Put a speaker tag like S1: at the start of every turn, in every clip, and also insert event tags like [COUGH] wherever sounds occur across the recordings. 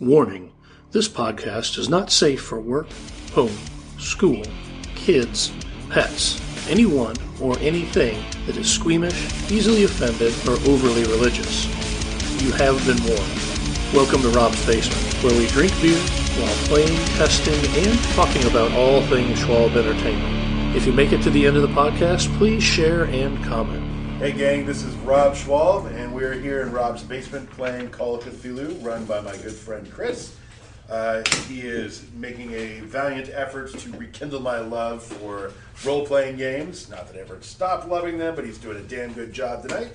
S1: Warning this podcast is not safe for work, home, school, kids, pets, anyone, or anything that is squeamish, easily offended, or overly religious. You have been warned. Welcome to Rob's Basement, where we drink beer while playing, testing, and talking about all things Schwab Entertainment. If you make it to the end of the podcast, please share and comment.
S2: Hey gang, this is Rob Schwab, and we're here in Rob's basement playing Call of Cthulhu, run by my good friend Chris. Uh, he is making a valiant effort to rekindle my love for role-playing games. Not that I ever stopped loving them, but he's doing a damn good job tonight.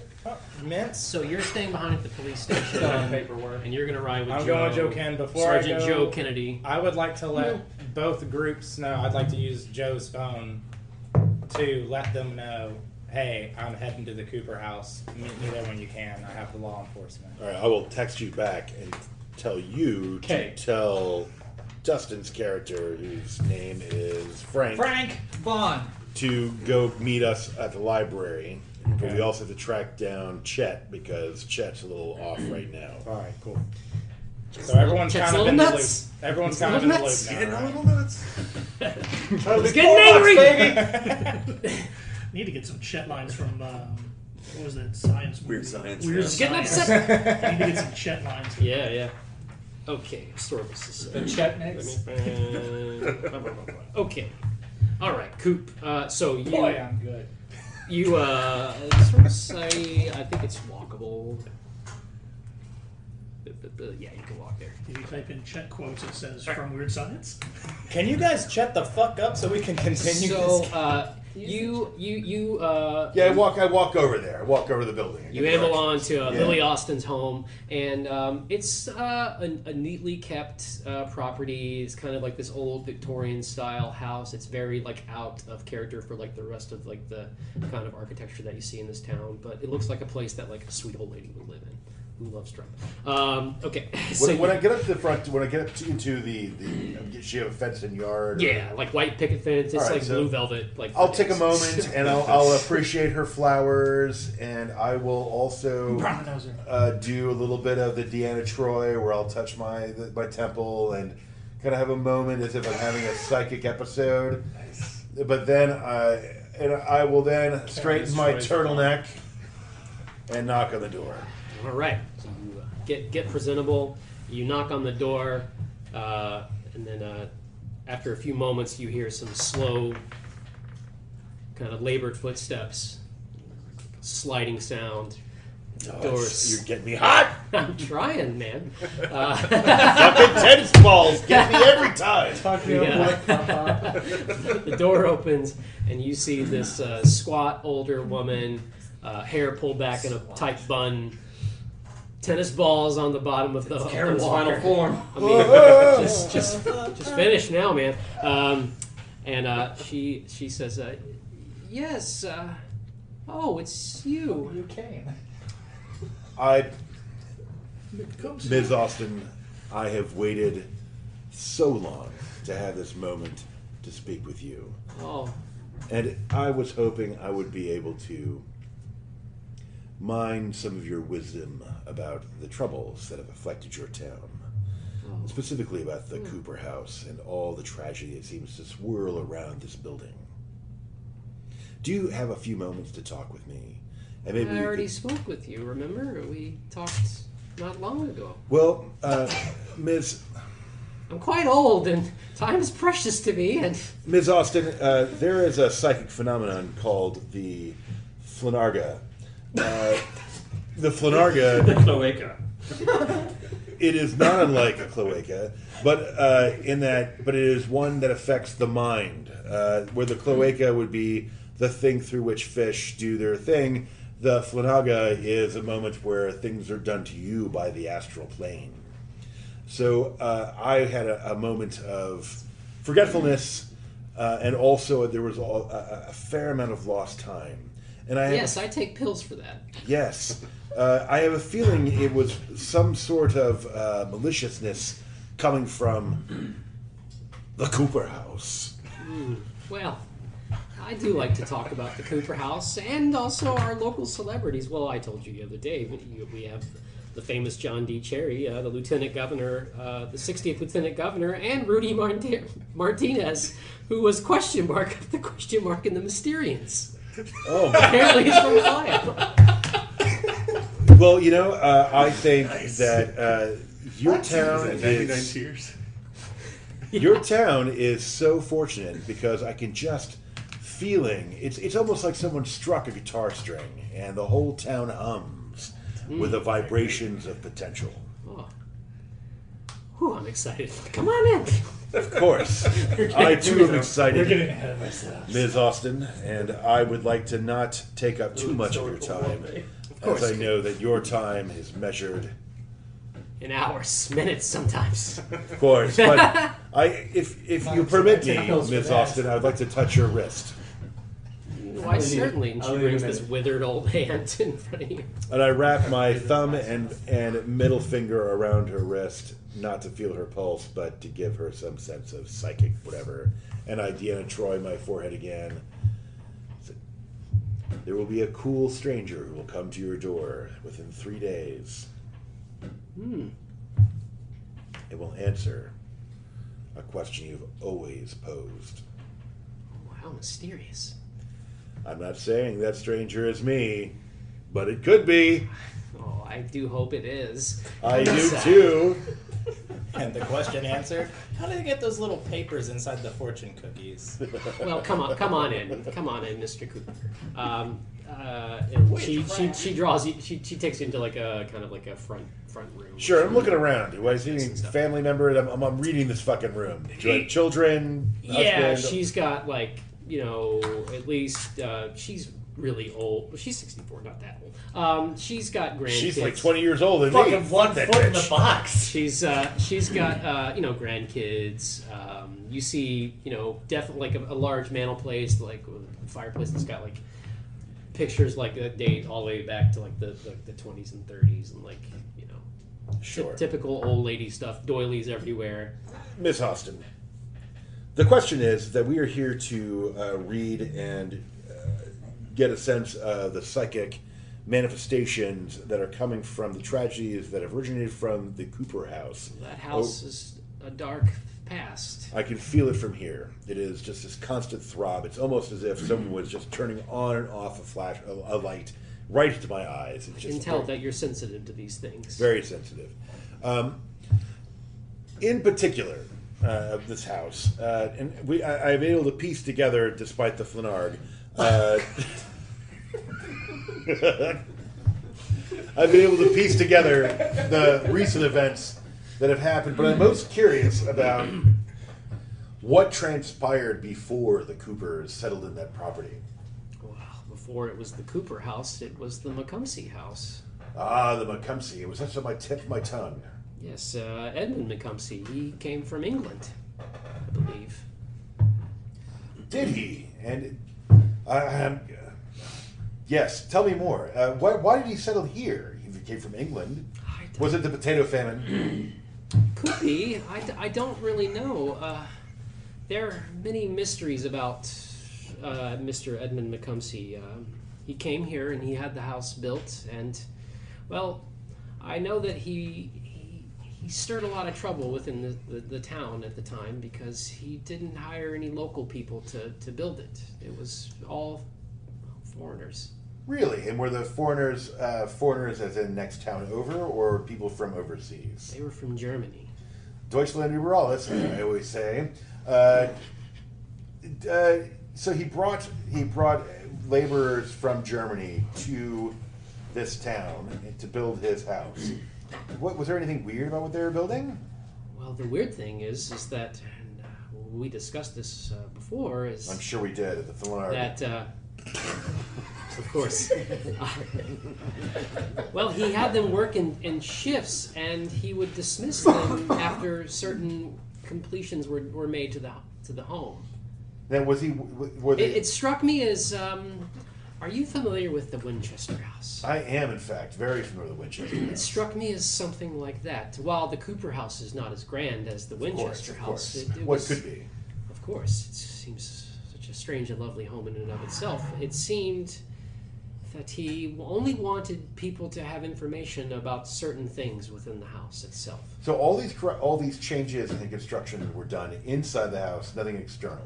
S3: Mints.
S4: So you're staying behind at the police station,
S3: Done paperwork.
S4: and you're gonna ride with
S3: I'm
S4: Joe,
S3: going to Joe Ken before
S4: Sergeant
S3: I go,
S4: Joe Kennedy.
S3: I would like to let both groups know. I'd like to use Joe's phone to let them know. Hey, I'm heading to the Cooper house. Meet me there when you can. I have the law enforcement.
S2: All right, I will text you back and tell you
S3: Okay.
S2: to tell Dustin's character, whose name is Frank,
S3: Frank Vaughn.
S2: to go meet us at the library. But we
S3: Okay.
S2: also have to track down Chet because Chet's a little off right now.
S3: All right, cool. So everyone's
S4: Chet's
S3: kind of in
S4: little
S3: the loop.
S4: nuts.
S3: Everyone's
S4: He's a
S3: kind of in the
S4: little
S3: loop
S4: nuts.
S3: now. right?
S4: He's getting angry.
S5: Need to get some chet lines from um, what was that science? Weird science. Weird
S4: He's
S5: science.
S4: getting
S3: [LAUGHS]
S4: upset.
S5: I need to get some chet lines.
S4: yeah, yeah. Okay, historical society.
S3: Chet next.
S4: okay. All right, Coop. Uh, so you,
S3: Boy, I'm good.
S4: you, uh, sort of say, I think it's walkable. But- but- but, Yeah, you can walk there.
S5: If you type in chet quotes, it says from Weird Science.
S3: Can you guys chet the fuck up so we can continue
S4: So,
S3: this?
S4: uh, you, you, you, uh,
S2: Yeah, I walk. I walk over there. I walk over the building. I
S4: You
S2: get
S4: amble
S2: directions.
S4: on to uh,
S2: Yeah.
S4: Billy Austin's home, and um, it's uh, a, a neatly kept uh, property. It's kind of like this old Victorian style house. It's very like out of character for like the rest of like the kind of architecture that you see in this town, but it looks like a place that like a sweet old lady would live in who loves Trump. Um, okay, [LAUGHS] so
S2: When, when I get up to the front, when I get up to, into the, the, does she have a fenced in yard? or-
S4: yeah, like white picket fence. It's
S2: All right,
S4: like
S2: so
S4: blue velvet. Like
S2: I'll take a
S4: fence.
S2: moment and I'll, I'll appreciate her flowers, and I will also uh, do a little bit of the Deanna Troy, where I'll touch my the, my temple and kind of have a moment as if I'm having a psychic episode. But then I and I will then straighten my
S3: Troy's
S2: turtleneck and knock on the door.
S4: All right. So you uh, get get presentable. You knock on the door, uh, and then uh, after a few moments, you hear some slow, kind of labored footsteps, sliding sound. The
S2: [LAUGHS]
S4: doors.
S2: You're getting me hot.
S4: I'm trying, man. Uh, [LAUGHS]
S2: Fucking tennis balls get me every time.
S3: Fuck
S4: you, Yeah.
S3: Papa.
S4: [LAUGHS] the door opens and you see this uh, squat older woman, uh, hair pulled back in a tight bun, tennis balls on the bottom of the
S6: Karen's
S4: of the
S6: final
S4: walker.
S6: form.
S4: I mean, [LAUGHS] just, just, just finish now, man. Um, and uh, she she says, uh, "Yes, uh, oh, it's you."
S3: You came.
S2: I
S5: It comes.
S2: Ms. Austin, I have waited so long to have this moment to speak with you.
S4: Oh,
S2: And I was hoping I would be able to mine some of your wisdom about the troubles that have afflicted your town. Specifically about the Cooper House and all the tragedy that seems to swirl around this building. Do you have a few moments to talk with me? And maybe
S4: I
S2: we
S4: already
S2: could-
S4: spoke with you. Remember, we talked not long ago.
S2: Well, uh, Ms.
S4: I'm quite old, and time is precious to me. And
S2: Ms. Austin, uh, there is a psychic phenomenon called the Flanarga. Uh, the Flanarga,
S6: Cloaca.
S2: it is not unlike a cloaca, but uh, in that, but it is one that affects the mind. Uh, where the cloaca would be the thing through which fish do their thing, the Flanarga is a moment where things are done to you by the astral plane. So uh, I had a, a moment of forgetfulness, uh, and also there was a, a, a fair amount of lost time. And I have a
S4: yes, I take pills for that.
S2: Yes. Uh, I have a feeling it was some sort of uh, maliciousness coming from the Cooper house.
S4: Well, I do like to talk about the Cooper House and also our local celebrities. Well, I told you the other day we- we have the famous John D. Cherry, uh, the lieutenant governor, uh, the 60th lieutenant governor, and Rudy Marti- Martinez, who was question mark [LAUGHS] the question mark in the Mysterians.
S2: Oh, my.
S4: Apparently, he's from Ohio.
S2: well, you know, uh, I think that uh, your town
S6: Is that 99
S2: is
S6: tears?
S2: your town is so fortunate because I can just feeling it's it's almost like someone struck a guitar string and the whole town hums
S6: Hmm.
S2: with the vibrations of potential.
S4: Oh. Whew, I'm excited. Come on in.
S2: Of course,
S3: [LAUGHS]
S2: I too am excited.
S3: We're getting ahead of ourselves.
S2: Ms. Austin, and I would like to not take up too much of your time,
S4: course.
S2: as I know that your time is measured,
S4: In hours, minutes, sometimes.
S2: of course.
S3: [LAUGHS]
S2: But I, if if you permit me,
S3: take pills for
S2: Ms.
S3: that.
S2: Austin, I would like to touch your wrist,
S4: Why, certainly. And
S6: I'll
S4: she
S6: leave you a
S4: brings this
S6: minute.
S4: withered old [LAUGHS] hand in front of you.
S2: and I wrap my thumb and and middle finger around her wrist, not to feel her pulse, but to give her some sense of psychic whatever. And I Deanna Troy my forehead again. There will be a cool stranger who will come to your door within three days. It will answer a question you've always posed.
S4: Wow, mysterious.
S2: I'm not saying that stranger is me, but it could be.
S4: Oh, I do hope it is.
S2: I
S4: [LAUGHS]
S2: do
S4: Sad.
S2: too.
S3: And the question answered. How do they get those little papers inside the fortune cookies?
S4: Well, come on, come on in, come on in, Mr. Cooper. Um, uh, and she, she she draws you. She, she takes you into like a kind of like a front front room.
S2: Sure, I'm looking around. Do I see any family member? I'm, I'm, I'm reading this fucking room. Do I have children?
S4: Yeah,
S2: husband?
S4: she's got like you know at least uh, she's really old. Well, she's 64, not that old. Um, she's got grandkids.
S2: She's like 20 years old. And
S6: Fucking one
S2: that
S6: foot in the
S2: bitch.
S6: box.
S4: She's uh, she's got uh, you know grandkids. Um, you see you know definitely like a, a large mantel place like with a fireplace that's got like pictures like that date all the way back to like the like the twenties and thirties and like you know ty-
S2: Sure.
S4: typical old lady stuff doilies everywhere.
S2: Miss Austin, the question is that we are here to uh, read and uh, get a sense of the psychic manifestations that are coming from the tragedies that have originated from the Cooper house.
S4: That house is a dark past.
S2: I can feel it from here. It is just this constant throb. It's almost as if someone was just turning on and off a flash, a, a light, right into my eyes. It's
S4: You
S2: just
S4: can tell that you're sensitive to these things.
S2: very sensitive. Um, in particular, uh, of this house, uh, and we, I, I've been able to piece together, despite the Flanarg. Uh, [LAUGHS] I've been able to piece together the recent events that have happened, but I'm most curious about what transpired before the Coopers settled in that property.
S4: Wow. Before it was the Cooper house, it was the McCumsey house.
S2: Ah, the Macumsey. It was such on my tip of my tongue.
S4: Yes, uh, Edmund McCumsey. He came from England, I believe.
S2: Did he? And I, I'm, yes, tell me more. Uh, why, why did he settle here? He came from England.
S4: I don't-
S2: Was it the potato famine? [CLEARS THROAT]
S4: Could be. I, d- I don't really know. Uh, there are many mysteries about uh, Mr. Edmund McCumsey. Um, he came here and he had the house built, and well, I know that he he, he stirred a lot of trouble within the, the, the town at the time because he didn't hire any local people to, to build it. It was all foreigners.
S2: Really? And were the foreigners uh, foreigners as in next town over, or people from overseas?
S4: They were from Germany.
S2: Deutschland über alles, as I always say. Uh, uh, so he brought he brought laborers from Germany to this town to build his house. What was there anything weird about what they were building?
S4: Well, the weird thing is, is that and, uh, we discussed this uh, before. Is
S2: I'm sure we did at the Flanagan.
S4: that uh, of course [LAUGHS] well he had them work in, in shifts and he would dismiss them after certain completions were, were made to the to the home
S2: Then was he? w- Were they?
S4: it, it struck me as um, are you familiar with the winchester house
S2: I am, in fact, very familiar with Winchester.
S4: it struck me as something like that while the cooper house is not as grand as the
S2: of course,
S4: winchester
S2: of course.
S4: house it, it
S2: what
S4: was-
S2: could be?
S4: Of course, it seems such a strange and lovely home in and of itself. It seemed that he only wanted people to have information about certain things within the house itself.
S2: So all these corre- all these changes in the construction were done inside the house, nothing external.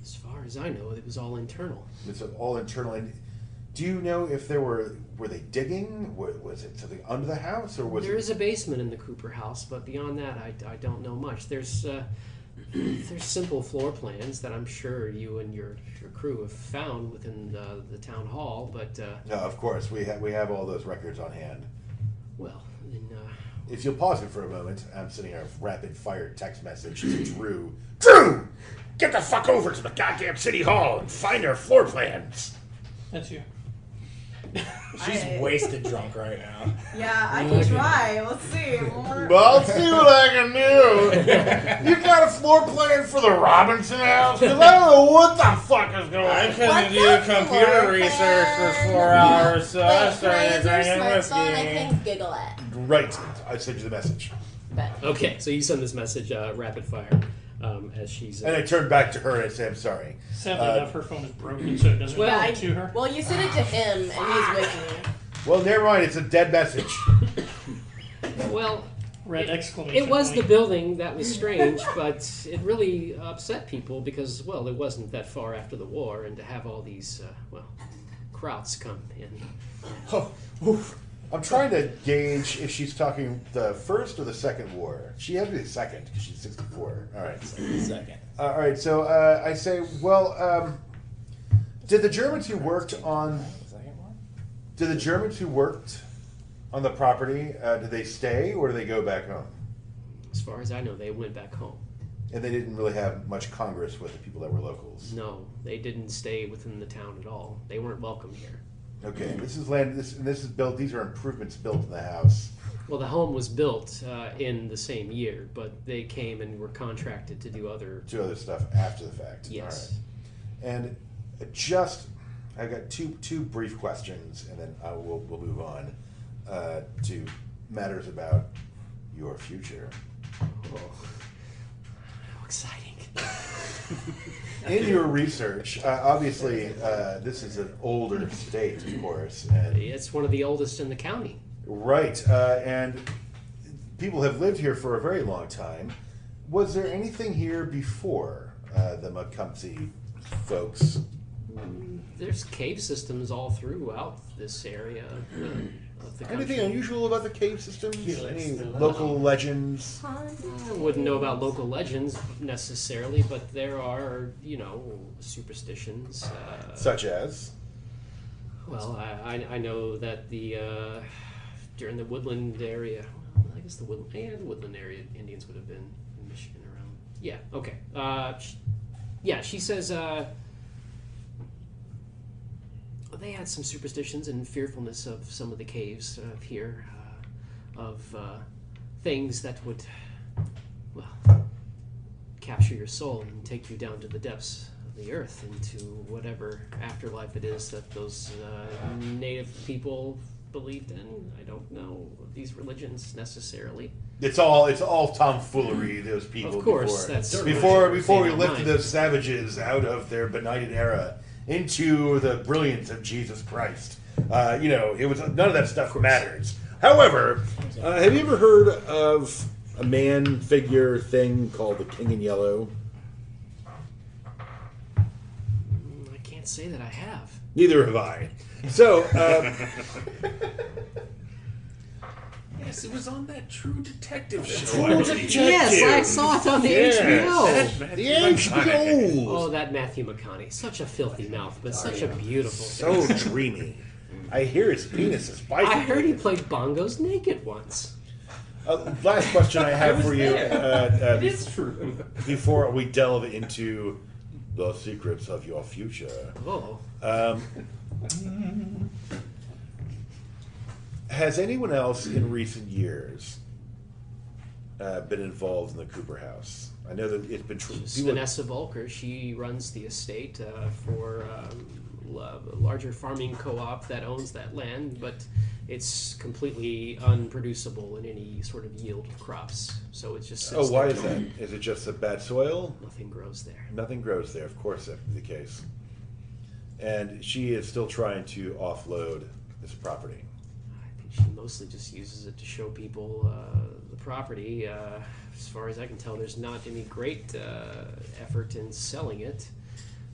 S4: As far as I know, it was all internal.
S2: It's all internal. And do you know if there were were they digging? Wa- Was it something under the house or was
S4: There
S2: it?
S4: is a basement in the Cooper house, but beyond that, I, I don't know much. There's uh, [CLEARS THROAT] there's simple floor plans that I'm sure you and your, your crew have found within uh, the town hall, but uh,
S2: No, of course we have we have all those records on hand.
S4: well, in, uh,
S2: If you'll pause it for a moment, I'm sending a rapid fire text message to Drew. Drew, get the fuck over to the goddamn city hall and find our floor plans.
S5: That's you.
S3: She's
S6: I-
S3: wasted drunk right now.
S6: Yeah, I can try. We'll see. We're-
S2: Well, see what I can do. [LAUGHS] You got a floor plan for the Robinson house? Because I don't know what the fuck is going
S3: I
S2: on.
S3: couldn't
S6: What's
S3: do
S6: up,
S3: computer
S6: Lord?
S3: research for four hours, so I
S7: Wait, can
S3: started
S7: I use your
S3: drinking
S7: smartphone? I
S3: whiskey.
S7: can giggle at.
S2: Right. I sent you the message.
S7: But
S4: okay, so you send this message uh, rapid fire um, as she's.
S2: And I turned back to her and I said, I'm sorry.
S5: Sadly
S2: Uh,
S5: enough, her phone is broken, so it doesn't
S4: Well,
S5: go
S7: I-
S5: to her.
S7: well, you sent it to him, and he's with me.
S2: Well, never mind. It's a dead message.
S4: well,
S5: Red
S4: it-
S5: exclamation
S4: it was the
S5: point.
S4: building that was strange, but it really upset people because, well, it wasn't that far after the war, and to have all these, uh, well, krauts come in.
S2: Oh, oof. I'm trying to gauge if she's talking the first or the second war. She had to be the second because she's 64. All right.
S3: Second.
S2: Uh, all right. So uh, I say, well, um, did the Germans who worked on
S3: Second one?
S2: Did the Germans who worked on the property, uh, did they stay or did they go back home?
S4: As far as I know, they went back home.
S2: And they didn't really have much congress with the people that were locals.
S4: No, they didn't stay within the town at all. They weren't welcome here.
S2: Okay, this is land. This and this is built. These are improvements built in the house.
S4: Well, the home was built uh, in the same year, but they came and were contracted to do other.
S2: Two other stuff after the fact.
S4: Yes.
S2: All right. And just, I've got two two brief questions, and then I will we'll move on uh, to matters about your future.
S4: Oh, how exciting! Uh,
S2: In your research, uh, obviously, uh, this is an older state, of course, and
S4: It's one of the oldest in the county.
S2: Right, uh, and people have lived here for a very long time. Was there anything here before uh, the Macumsey folks?
S4: There's cave systems all throughout this area of the, of the country.
S2: Anything unusual about the cave systems?
S5: Yes.
S2: Any local legends?
S4: I wouldn't know about local legends necessarily, but there are, you know, superstitions. Uh,
S2: Such as?
S4: Well, I, I, I know that the uh, during the woodland area, well, I guess the woodland, yeah, the woodland area Indians would have been in Michigan around. Yeah, okay. Uh, sh yeah, she says uh, they had some superstitions and fearfulness of some of the caves of here, uh, of uh, things that would, well, capture your soul and take you down to the depths of the earth into whatever afterlife it is that those uh, native people believed in. I don't know these religions necessarily.
S2: It's all it's all tomfoolery. Those people.
S4: Of course,
S2: before,
S4: that's
S2: before before we
S4: Same
S2: lifted
S4: mind.
S2: those savages out of their benighted era into the brilliance of Jesus Christ. Uh, you know, it was none of that stuff matters. However, uh, have you ever heard of a man figure thing called the King in Yellow?
S4: I can't say that I have.
S2: Neither have I. So, uh,
S8: [LAUGHS] Yes, it was on that True Detective show. I believe.
S4: Yes, I saw it on the
S8: Yes.
S4: HBO.
S2: the HBO.
S4: Oh, that Matthew McConaughey, such a filthy mouth, but such a beautiful.
S2: So
S4: [LAUGHS]
S2: dreamy. I hear his penis is spicy.
S4: I heard he played bongos naked once.
S2: Uh, last
S4: [LAUGHS]
S2: question I have for you uh, uh,
S8: It's true.
S2: before we delve into the secrets of your future.
S4: Oh,
S2: Um, has anyone else in recent years uh, been involved in the Cooper House? I know that it's been tr- people-
S4: Vanessa Volker, she runs the estate uh, for um, l- a larger farming co-op that owns that land, but it's completely unproducible in any sort of yield of crops. So it just sits
S2: Oh, why
S4: there.
S2: is that? Is it just the bad soil?
S4: Nothing grows there.
S2: Nothing grows there. Of course, that would be the case. and she is still trying to offload this property.
S4: I think she mostly just uses it to show people uh, the property. Uh, as far as I can tell, there's not any great uh, effort in selling it.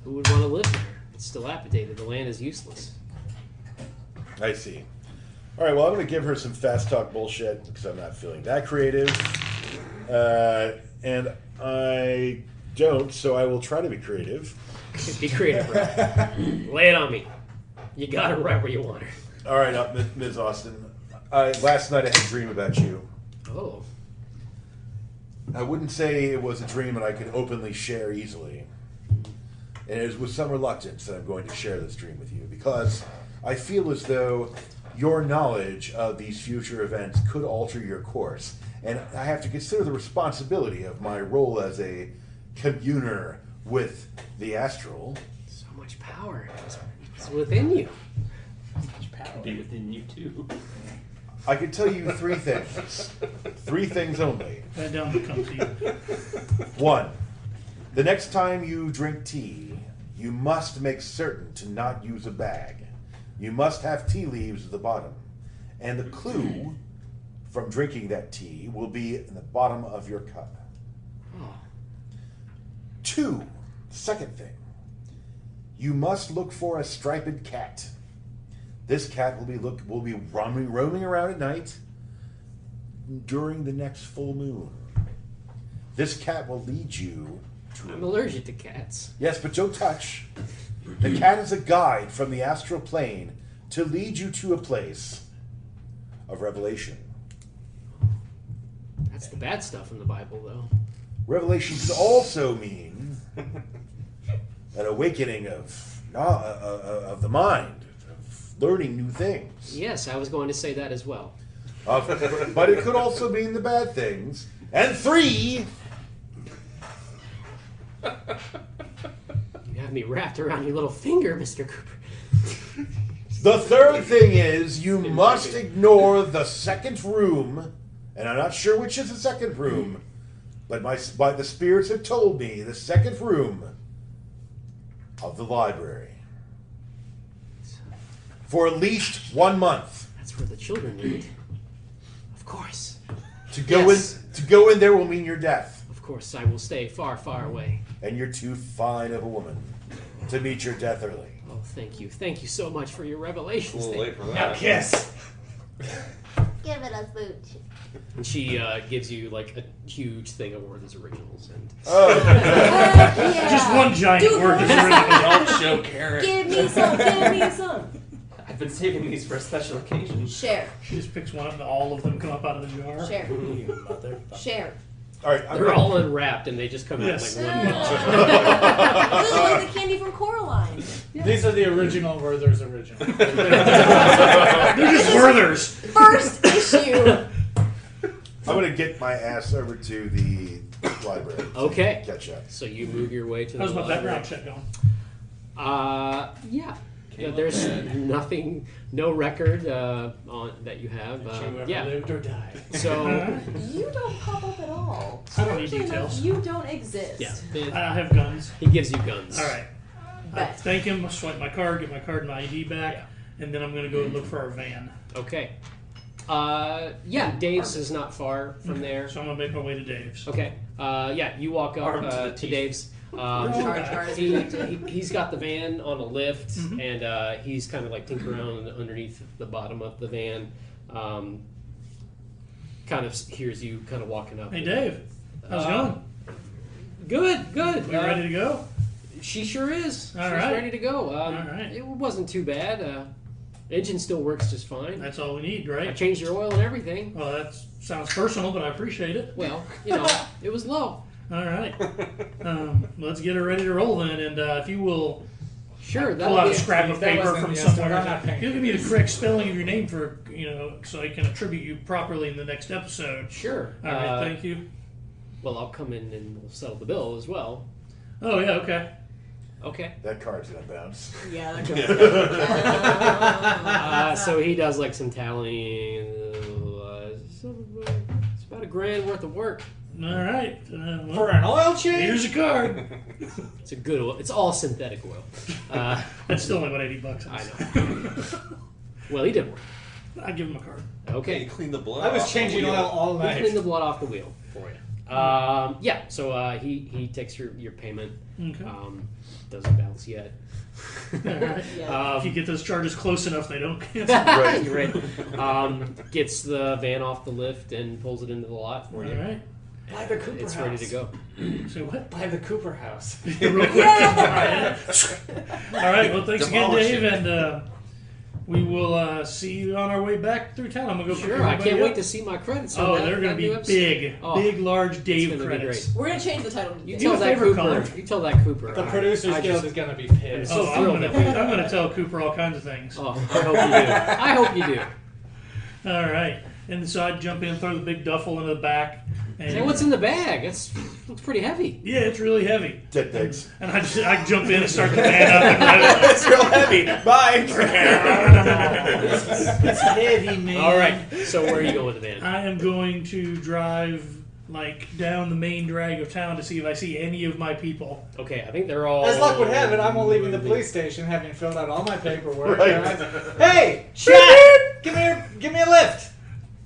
S4: Who would want to live there? It's dilapidated. The land is useless.
S2: I see. All right, well, I'm going to give her some fast talk bullshit because I'm not feeling that creative. Uh, and I don't, so I will try to be creative.
S4: Be creative, Brad. [LAUGHS] Lay it on me. You got her right where you want her.
S2: All right, uh, Ms- Ms. Austin. I, last night I had a dream about you.
S4: Oh,
S2: I wouldn't say it was a dream that I could openly share easily. And it is with some reluctance that I'm going to share this dream with you because I feel as though your knowledge of these future events could alter your course. And I have to consider the responsibility of my role as a communer with the astral.
S4: so much power. It's, it's within you.
S9: Be within you too.
S2: I could tell you three things. Three things only.
S5: That down comes to
S4: [LAUGHS]
S5: you.
S2: One, the next time you drink tea, you must make certain to not use a bag. You must have tea leaves at the bottom. And the clue from drinking that tea will be in the bottom of your cup.
S4: Oh,
S2: Two, second thing, you must look for a striped cat. This cat will be look will be roaming roaming around at night during the next full moon. This cat will lead you to
S4: I'm allergic to cats.
S2: Yes, but don't touch. The cat is a guide from the astral plane to lead you to a place of revelation.
S4: That's the bad stuff in the Bible, though.
S2: Revelation could also mean an awakening of no- uh, uh, uh, of the mind, of learning new things.
S4: Yes, I was going to say that as well.
S2: Of, but it could also mean the bad things. And three,
S4: You have me wrapped around your little finger, [LAUGHS] Mr. Cooper.
S2: The third thing is you must ignore the second room, and I'm not sure which is the second room, but my but the spirits have told me the second room of the library for at least one month.
S4: That's where the children need. Of course.
S2: To go
S4: Yes.
S2: in to go in there will mean your death,
S4: Of course, I will stay far, far away.
S2: and you're too fine of a woman to meet your death early.
S4: Oh, thank you. Thank you so much for your revelations.
S9: A little
S4: Thank-
S9: late for that.
S8: Yes.
S7: Give it a smooch.
S4: And she uh, gives you, like, a huge thing of Worthen's originals. And
S2: Oh.
S4: [LAUGHS]
S5: [LAUGHS]
S7: Heck yeah.
S5: Just one giant
S7: Do
S5: word
S7: one.
S5: is written.
S8: Don't show Karen.
S7: Give me some. Give me some.
S9: I've been saving these for a special occasion.
S7: Share.
S5: She just picks one up and all of them come up out of the jar.
S7: Share.
S5: You mother. [LAUGHS]
S7: Share.
S2: All right, I'm
S4: they're
S2: ready.
S4: all unwrapped, and they just come
S5: Yes.
S4: out like one.
S7: Ah. This is like the candy from Coraline.
S3: These are the original Werther's original.
S5: They're just Werthers.
S7: First issue.
S2: I'm gonna get my ass over to the library. to
S4: Okay.
S2: catch up.
S4: So you move your way to the
S5: How's my
S4: library.
S5: background check going?
S4: Uh, yeah. Yeah, there's nothing, no record uh, on that you have. Uh, yeah.
S3: lived or died.
S4: So
S7: You don't pop up at all.
S5: I don't need
S7: Actually, no,
S5: details.
S7: You don't exist.
S4: yeah, they-
S5: I have guns.
S4: he gives you guns.
S5: All right. I
S7: But
S5: thank him. I swipe my card, get my card and my ID back,
S4: Yeah.
S5: and then I'm gonna go and look for our van.
S4: Okay. Uh, yeah, Dave's is not far from there.
S5: So I'm gonna make my way to Dave's.
S4: Okay. Uh, yeah, you walk up
S9: Armed to
S4: uh,
S9: the
S4: to
S9: teeth.
S4: Dave's. Um,
S7: charge card is
S4: he,
S7: protected.
S4: he, he's got the van on a lift,
S5: Mm-hmm.
S4: and uh, he's kind of like tinkering around underneath the bottom of the van. Um, kind of s- hears you kind of walking up.
S5: Hey Dave, how's it
S4: Uh,
S5: going?
S4: Good, good.
S5: We
S4: Uh,
S5: ready to go?
S4: She sure is.
S5: All
S4: She's
S5: right.
S4: ready to go. Um,
S5: All right.
S4: It wasn't too bad. Uh, engine still works just fine.
S5: That's all we need,
S4: I
S5: right?
S4: changed your oil and everything.
S5: Well, that sounds personal, but I appreciate it.
S4: Well, you
S5: [LAUGHS]
S4: know, it was low. [LAUGHS]
S5: All right. Um, let's get her ready to roll then, and uh, if you will
S4: Sure,
S5: pull out
S4: that'll
S5: a
S4: be
S5: scrap of
S3: that
S5: paper
S3: wasn't-
S5: from
S3: yeah,
S5: somewhere,
S3: I'm not paying
S5: you'll give me the correct spelling of your name for you know, so I can attribute you properly in the next episode.
S4: sure.
S5: All right,
S4: Uh,
S5: thank you.
S4: Well, I'll come in and we'll settle the bill as well.
S5: Oh yeah, okay.
S4: Okay.
S2: That card's gonna bounce.
S6: Yeah, that
S4: Uh, so he does like some tallying. Uh, it's about a grand worth of work.
S5: All right. Uh, well,
S7: For an oil change?
S5: here's your card.
S4: It's a good oil. It's all synthetic oil. Uh,
S5: That's still only about eighty bucks.
S4: I well, he did work.
S5: [LAUGHS] I give him a card.
S4: Okay.
S10: You clean the blood.
S7: I was
S10: off.
S7: changing oil all
S4: We
S7: night.
S4: clean the blood off the wheel for you. Um, yeah, so uh, he he takes your, your payment.
S5: Okay.
S4: Um, doesn't bounce
S5: [LAUGHS]
S4: yet.
S5: Alright. if
S4: [LAUGHS]
S5: you
S4: um,
S5: get those charges close enough, they
S4: [LAUGHS]
S5: don't cancel.
S2: Right.
S4: you're right. Um, gets the van off the lift and pulls it into the lot
S5: All
S4: for you.
S5: right.
S7: Buy the Cooper
S4: It's
S7: house.
S4: ready to go.
S5: So what?
S7: Buy the Cooper house.
S5: Real quick.
S6: Yeah.
S5: All right. Well, thanks again,
S10: Demolish
S5: Dave,
S10: it.
S5: and uh, we will uh, see you on our way back through town. I'm gonna go. pick
S4: Sure, I
S5: everybody
S4: can't
S5: up.
S4: wait to see my credits. on
S5: Oh,
S4: that-
S5: they're gonna
S4: that new
S5: be
S4: episode.
S5: big,
S4: Oh,
S5: big, large Dave
S4: gonna be
S5: credits.
S6: We're gonna change the title. to
S4: You
S6: Dave.
S5: Do
S4: tell
S5: a
S4: that
S5: favor,
S4: Cooper.
S5: Connor.
S4: You tell that Cooper.
S7: The
S4: I-
S7: producers
S4: I
S7: guild
S4: just-
S7: is gonna be pissed.
S5: Oh, I'm
S4: thrilled
S5: gonna,
S4: that we-
S5: I'm gonna tell Cooper all kinds of things.
S4: Oh, I hope you do. I hope you do. [LAUGHS]
S5: All right. And so I jump in, throw the big duffel into the back, and
S4: Say, what's in the bag? That's that's pretty heavy.
S5: yeah, it's really heavy.
S2: Dead pigs.
S5: And I, just, I jump in and start the van up. And let it-
S9: It's real heavy. Bye.
S7: It's heavy, man.
S4: All right. So where are you going with the van?
S5: I am going to drive like down the main drag of town to see if I see any of my people.
S4: Okay, I think they're all.
S7: As luck would have it, I'm all leaving the police station having filled out all my paperwork.
S2: Right.
S7: and I- hey, Chad! Give me, a, give me a lift!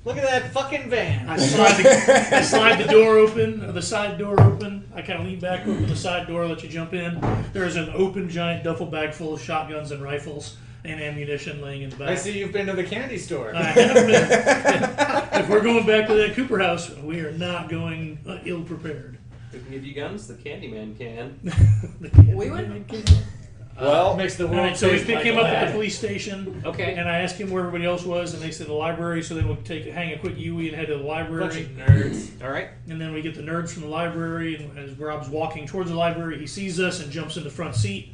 S7: Look at that fucking
S5: I
S7: van.
S5: slide the, I slide the door open, or the side door open. I kind of lean back, open the side door, let you jump in. There is an open giant duffel bag full of shotguns and rifles and ammunition laying in the back.
S7: I see you've been to the candy store.
S5: I have been. if we're going back to that Cooper house, we are not going uh, ill prepared.
S10: Who can give you guns? The Candyman can.
S6: We would.
S7: It
S2: Well,
S7: makes the
S5: All
S7: world
S5: right, so we
S7: Uh, taste
S5: pick
S7: like
S5: him
S7: a
S5: up at
S7: lad.
S5: the police station,
S4: Okay.
S5: and I asked him where everybody else was, and they said the library. So then we take hang a quick Yui and head to the
S7: Bunch of
S5: library,
S7: nerds.
S4: All right.
S5: and then we get the nerds from the library. And as Rob's walking towards the library, he sees us and jumps in the front seat.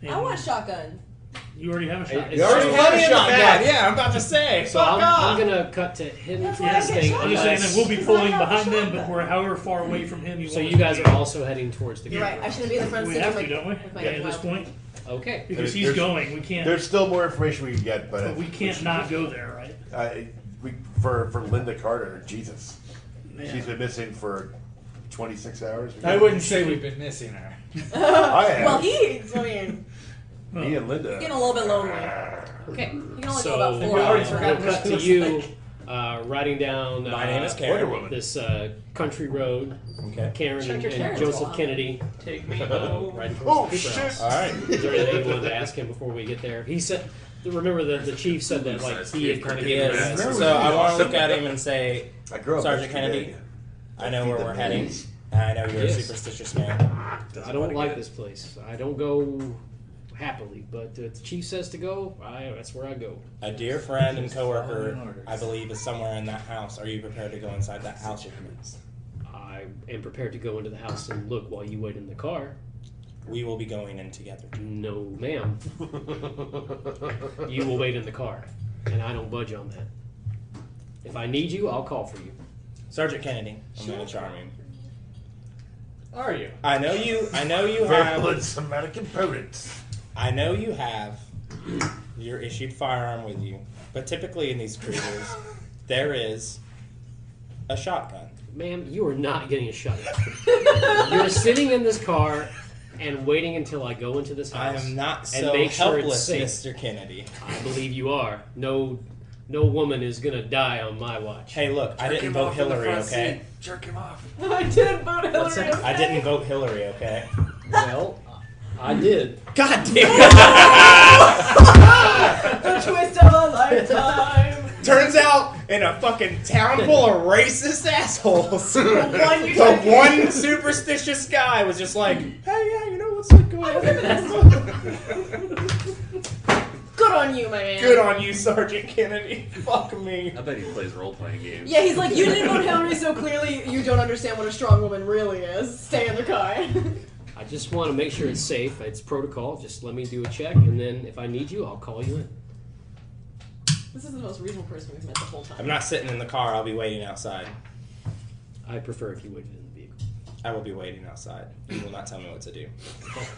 S5: And
S6: I want shotgun.
S5: You already have a shot.
S4: Is- There's
S2: already
S7: plenty in the
S10: shotgun.
S7: back. Yeah, I'm about to say.
S4: So I'm, I'm gonna cut to him
S6: That's why I
S5: get
S4: staying
S6: shot.
S5: I'm just saying that we'll be pulling
S6: "Oh,
S5: behind them, but
S6: Shotgun.
S5: we're however far away from him. You
S4: So
S5: want
S4: you
S5: us to
S4: guys
S5: be.
S4: are also heading towards the
S6: You're right. I
S4: camera.
S6: should be in the front
S5: We
S6: seat.
S5: have
S6: with
S5: to,
S6: my-
S5: don't we?
S6: with my
S5: At this
S6: wild-
S5: point,
S4: Okay.
S5: because he's
S2: There's-
S5: going, we can't.
S2: there's still more information we can get, but
S5: But we can't not go there,
S2: [LAUGHS]
S5: right?
S2: I, we, for for Linda Carter, Jesus, she's been missing for 26 hours.
S7: I wouldn't say we've been missing her.
S2: I am.
S6: Well, he's I mean,
S2: Me and Linda.
S6: getting a little bit lonely.
S4: Okay.
S6: He can only
S4: So
S6: go about
S4: we'll
S6: four
S7: already
S6: hours.
S7: forgot
S6: right?
S7: what
S4: cut to you uh, riding down. Uh,
S9: My name is
S2: Wonder
S9: Karen.
S2: Woman.
S4: This uh, country road, uh,
S9: Okay.
S4: Karen
S6: Check
S4: and,
S6: your
S4: and
S6: Karen's
S4: Joseph
S6: wallet.
S4: Kennedy
S10: Take me home.
S4: riding towards
S2: Oh
S4: the Cooper
S2: shit!
S4: House.
S9: All right.
S4: Is there anything you wanted to ask him before we get there? He said, remember the, the chief said that like he had kind of
S9: Yes. So I want to look at him and say,
S2: I grew up
S9: Sergeant
S2: in Pennsylvania.
S9: Kennedy, I know where
S2: Feed the
S9: we're heading.
S2: pigs.
S9: I know you're
S4: Yes.
S9: a superstitious man.
S4: I don't like this place. I don't go happily, but if the chief says to go, I, that's where I go.
S9: A dear friend and coworker,
S7: orders.
S9: I believe, is somewhere in that house. Are you prepared to go inside that house with me?
S4: I am prepared to go into the house and look while you wait in the car.
S9: We will be going in together.
S4: No, ma'am. you will wait in the car, and I don't budge on that. If I need you, I'll call for you.
S9: Sergeant Kennedy, I'm gonna charm you.
S7: Are you?
S9: I know you. I know you have.
S2: Virulent somatic components.
S9: I know you have your issued firearm with you, but typically in these cruisers, there is a shotgun.
S4: Ma'am, you are not getting a shot. You're sitting in this car and waiting until I go into this
S9: I
S4: house.
S9: am not
S4: And
S9: so
S4: make sure
S9: helpless,
S4: it's safe.
S9: Mr. Kennedy.
S4: I believe you are. No, no woman is gonna die on my watch.
S9: Hey, look, I didn't vote Hillary, okay?
S10: Jerk him off.
S6: [LAUGHS] I didn't vote
S4: What's
S6: Hillary.
S9: [LAUGHS]
S4: that?
S9: I didn't vote Hillary, okay?
S4: Well, I did.
S9: God damn [LAUGHS]
S6: The twist of a lifetime.
S4: [LAUGHS]
S9: it! Turns out, in a fucking town full of racist assholes, the
S6: One you took.
S9: one superstitious guy was just like, hey, yeah, you know what's like going on? [LAUGHS]
S6: Good on you, my man.
S9: Good on you, Sergeant Kennedy. Fuck me.
S10: I bet he plays role playing games.
S6: Yeah, he's like, you didn't vote Hillary, so clearly you don't understand what a strong woman really is. Stay in the car. [LAUGHS]
S4: I just want to make sure it's safe. It's protocol. Just let me do a check, and then if I need you, I'll call you in.
S6: this is the most reasonable person we've met the whole time.
S9: I'm not sitting in the car, I'll be waiting outside.
S4: I prefer if you waited in the vehicle.
S9: I will be waiting outside. You will not tell me what to do.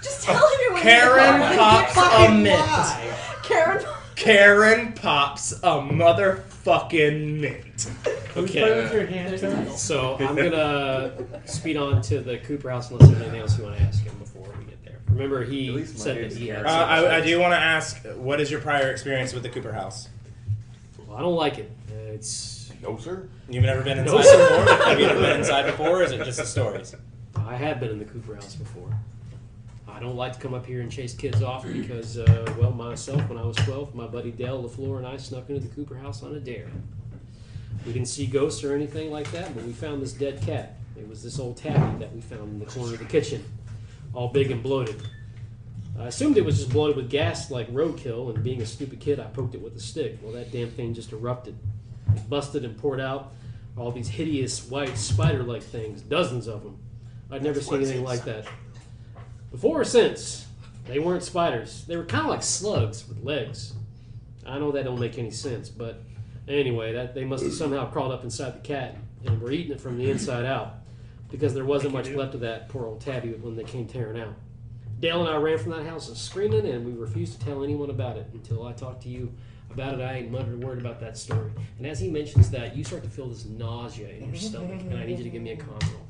S6: Just tell him you're waiting in the
S9: Karen
S6: car.
S7: [LAUGHS]
S9: pops a
S6: Fucking
S9: mint.
S6: lie. Karen.
S9: Karen pops a motherfucking fucking mint. Okay.
S5: your hand
S4: So I'm gonna speed on to the Cooper house unless there's anything else you want to ask him before we get there. Remember,
S11: At
S4: he
S11: least my
S4: said that
S11: name's
S4: he had.
S11: Karen.
S9: Uh, I, I do want to ask, what is your prior experience with the Cooper House?
S4: Well, I don't like it. Uh, It's.
S2: No, [LAUGHS] sir.
S9: You've never been
S4: No,
S9: inside
S4: sir.
S9: before? Have you ever been inside before, or is it just the stories?
S4: I have been in the Cooper house before. I don't like to come up here and chase kids off because, uh, well, myself when I was 12, my buddy Dale LaFleur and I snuck into the Cooper house on a dare. We didn't see ghosts or anything like that, but we found this dead cat. It was this old tabby that we found in the corner of the kitchen, all big and bloated. I assumed it was just bloated with gas like roadkill, and being a stupid kid, I poked it with a stick. Well, that damn thing just erupted. It busted and poured out all these hideous white spider like things, dozens of them. I'd never seen anything like that. Before or since, they weren't spiders. They were kind of like slugs with legs. I know that don't make any sense, but anyway, that they must have somehow crawled up inside the cat and were eating it from the inside out because there wasn't much left of that poor old tabby when they came tearing out. Dale and I ran from that house and screaming, and we refused to tell anyone about it until I talked to you about it. I ain't muttered a word about that story. And as he mentions that, you start to feel this nausea in your stomach, and I need you to give me a con roll.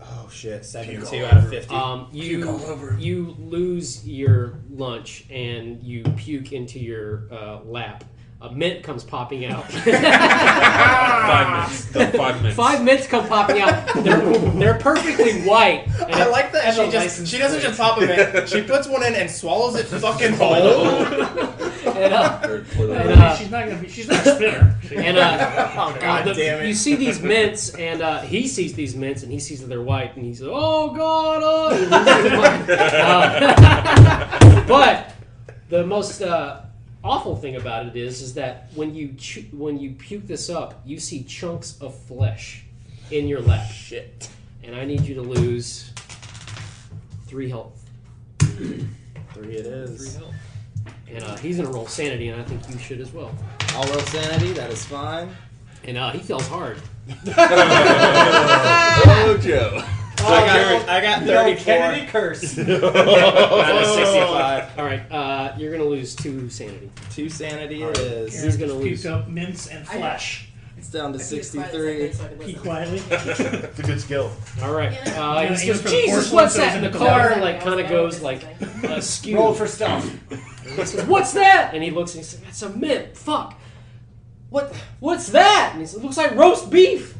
S9: Oh shit, seventy-two
S2: go
S9: out of
S2: over.
S9: fifty.
S4: Um, you
S2: Puke all over.
S4: you lose your lunch and you puke into your uh, lap. A mint comes popping out. [LAUGHS]
S11: Five minutes. The five minutes.
S4: Five mints come popping out. They're, they're perfectly white. And
S9: I like that
S4: and
S9: she
S4: a
S9: just
S4: license
S9: she doesn't just pop a mint. She puts one in and swallows it fucking whole.
S4: and, uh,
S11: Or- or the-
S4: And, uh,
S5: she's not gonna be. She's not a spinner.
S4: and,
S5: [LAUGHS]
S4: uh,
S9: [LAUGHS] Oh god
S4: Uh, the-
S9: damn
S4: You
S9: it!
S4: see these mints, and uh, he sees these mints, and he sees that they're white, and he says, "Oh God!" Oh. [LAUGHS] He loses his mind. Uh, [LAUGHS] but the most uh, awful thing about it is, is that when you chew, when you puke this up, you see chunks of flesh in your lap. Shit. And I need you to lose three health.
S9: Three it is.
S4: health. And uh, he's gonna roll sanity, and I think you should as well.
S9: All roll sanity. That is fine.
S4: And uh, he feels hard.
S11: oh, Joe.
S9: So I got I got thirty-four.
S12: curse.
S9: That is sixty-five.
S4: All right, uh, you're gonna lose two sanity.
S9: Two sanity it is.
S4: He's gonna lose.
S5: Puke up mints and flesh.
S9: It's down to sixty-three.
S5: Pee quietly.
S2: it's a good skill.
S4: All right.
S13: Yeah.
S4: Uh,
S5: Yeah,
S4: he's
S5: he was
S4: just,
S5: from
S4: Jesus,
S5: Portland,
S4: what's
S5: so
S4: that?
S5: he's
S4: And the
S5: in Dakota.
S4: car like kind of goes like [LAUGHS] askew.
S9: stuff.
S4: He says, "What's that?" And he looks and he says, "That's a mint. Fuck. What? What's that?" And he says, "Looks like roast beef."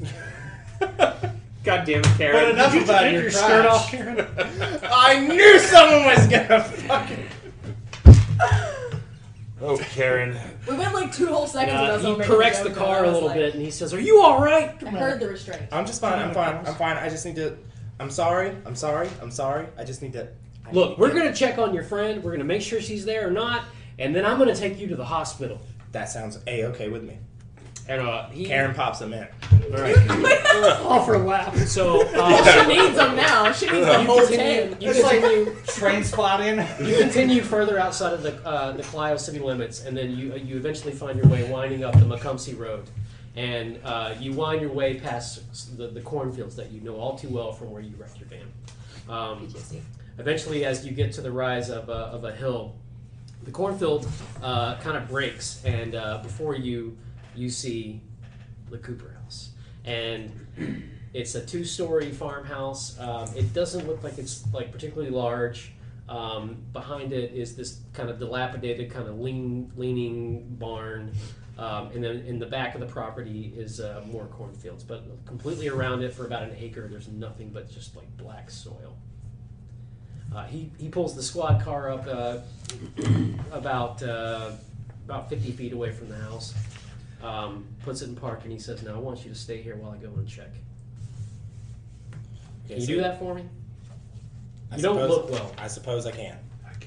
S11: God damn it, Karen.
S9: enough
S5: Did you
S9: about
S5: take
S9: your
S5: your skirt
S9: crotch.
S5: off, Karen?
S9: [LAUGHS] I knew someone was gonna fucking.
S2: Oh, Karen.
S6: We went like two whole seconds
S4: Uh,
S6: without someone
S4: he
S6: making
S4: corrects
S6: a
S4: the
S6: joke,
S4: car
S6: and I
S4: a
S6: was
S4: little
S6: like,
S4: bit and he says, "Are you all right?"
S6: I heard the restraint.
S9: I'm just fine. I'm fine. I'm fine. I just need to. I'm sorry. I'm sorry. I'm sorry. I just need to. I need
S4: Look,
S9: to
S4: we're
S9: get-
S4: gonna check on your friend. We're gonna make sure she's there or not, and then I'm gonna take you to the hospital.
S9: That sounds a okay with me.
S4: And uh, he.
S6: [LAUGHS]
S9: Karen pops him in.
S4: All right.
S5: Offer lap.
S4: So
S6: [LAUGHS] she
S4: uh,
S6: needs them now. She needs the
S4: you
S6: whole
S4: continue.
S6: ten.
S4: You continue.
S12: Train spotting.
S4: You continue further outside of the uh, the Clio city limits, and then you you eventually find your way winding up the Macumsey Road, and uh, you wind your way past s- the, the cornfields that you know all too well from where you wrecked your van. Um, eventually, as you get to the rise of a, of a hill, the cornfield uh, kind of breaks, and uh, before you you see the Cooper House, and it's a two-story farmhouse. Um, it doesn't look like it's like particularly large. Um, behind it is this kind of dilapidated, kind of lean, leaning barn, um, and then in the back of the property is uh, more cornfields. But completely around it, for about an acre, there's nothing but just like black soil. Uh, he he pulls the squad car up uh, about uh, about 50 feet away from the house, um, puts it in park, and he says, "Now I want you to stay here while I go and check." Can you
S9: so
S4: do that for me?
S9: I
S4: You don't
S9: suppose-
S4: look well.
S9: I suppose I can.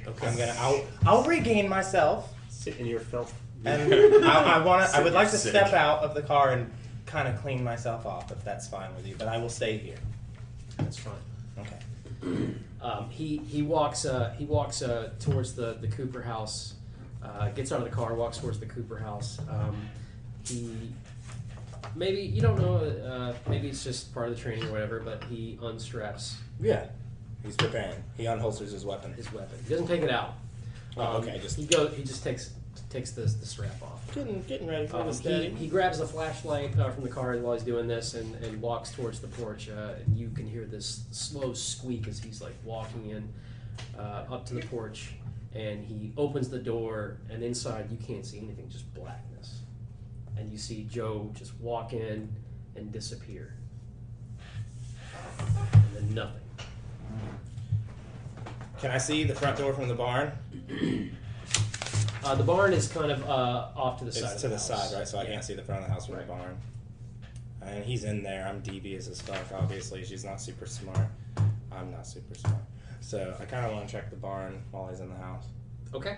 S4: Okay.
S9: I'm gonna. I'll. I'll regain myself,
S11: Sit in your filth. [LAUGHS]
S9: and I, I wanna. I would like to
S2: Sick.
S9: step out of the car and kind of clean myself off, if that's fine with you. But I will stay here.
S4: That's fine.
S9: Okay.
S4: Um, he he walks uh, he walks uh, towards the the Cooper house, uh, gets out of the car, walks towards the Cooper house. Um, he maybe you don't know uh, maybe it's just part of the training or whatever, but he unstraps
S9: Yeah. He's preparing. He unholsters his weapon.
S4: his weapon. He doesn't take it out. Um,
S9: Oh, okay, just
S4: He go. He just takes takes this the strap off.
S9: getting getting ready for
S4: Um,
S9: this,
S4: he,
S9: Daddy.
S4: he grabs the flashlight uh, from the car while he's doing this and, and walks towards the porch. Uh, and you can hear this slow squeak as he's like walking in uh, up to the porch. And he opens the door, and inside you can't see anything, just blackness. And you see Joe just walk in and disappear. And then nothing.
S9: Can I see the front door from the barn?
S4: Uh, the barn is kind of uh, off to the side.
S9: It's to
S4: of
S9: the
S4: house.
S9: side, right? So I
S4: Yeah.
S9: can't see the front of the house from the barn. And he's in there. I'm devious as fuck, obviously. She's not super smart. I'm not super smart. So I kind of want to check the barn while he's in the house.
S4: Okay.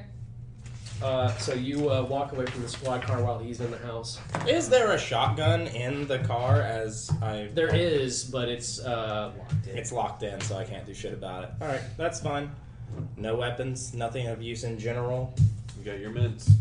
S4: Uh, so you uh, walk away from the squad car while he's in the house.
S9: Is there a shotgun in the car as I.
S4: There is, but it's uh, locked in.
S9: It's locked in, so I can't do shit about it. Alright, that's fine. No weapons, nothing of use in general.
S7: You got your mints.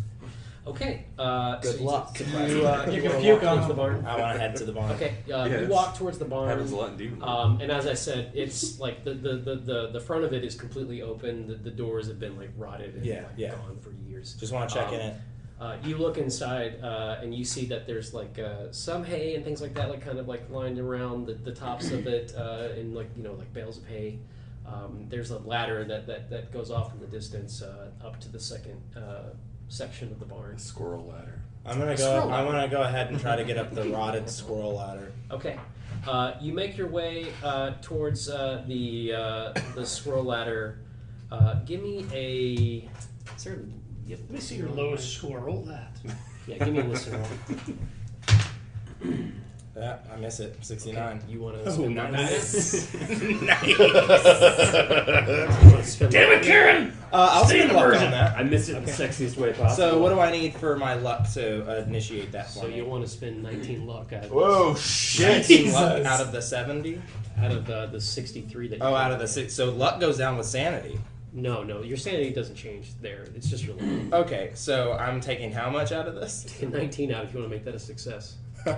S4: Okay. Uh,
S7: Good
S4: so you-
S7: luck.
S4: You, uh,
S14: You
S4: you
S14: can
S4: wanna
S14: puke
S4: walk
S14: on
S4: towards the barn.
S9: I want to head to the barn.
S4: Okay. Uh,
S7: Yeah,
S4: you
S7: it's-
S4: walk towards the barn.
S7: Happens a lot in demon. Lord.
S4: Um, and as I said, it's like the, the, the, the, the front of it is completely open. The, the doors have been like rotted and
S9: Yeah,
S4: like,
S9: yeah.
S4: gone for years.
S9: Just want to check in
S4: Um,
S9: it.
S4: Uh, you look inside uh, and you see that there's like uh, some hay and things like that, like kind of like lined around the, the tops of it, uh, and like you know like bales of hay. Um, there's a ladder that, that, that goes off in the distance uh, up to the second uh, section of the barn.
S7: A squirrel ladder.
S9: I'm gonna go.
S4: Squirrel
S9: I
S4: ladder.
S9: want to go ahead and try to get up the rotted squirrel ladder.
S4: Okay. Uh, you make your way uh, towards uh, the uh, the swirl ladder. Uh, give me a. Is there, yep,
S5: Let me see your lowest score. Roll that.
S4: Yeah, give me a listen roll.
S9: Yeah, I miss it. Sixty-nine.
S4: You want
S5: Oh,
S4: to spend that?
S9: [LAUGHS]
S4: [LAUGHS]
S2: nice.
S4: Damn it,
S7: Karen!
S9: Uh, I'll spend luck on that.
S7: I missed it in the sexiest way possible.
S9: So what do I need for my luck to uh, initiate that for
S4: So
S9: me?
S4: you want to spend 19 luck out of,
S2: Whoa, shit.
S9: 19 luck out of the seventy?
S4: out of uh, the 63 that you
S9: Oh,
S4: got.
S9: out of the six. So luck goes down with sanity.
S4: No, no, your sanity doesn't change there. It's just your luck.
S9: Okay, so I'm taking how much out of this?
S4: Get 19 out if you want to make that a success. Do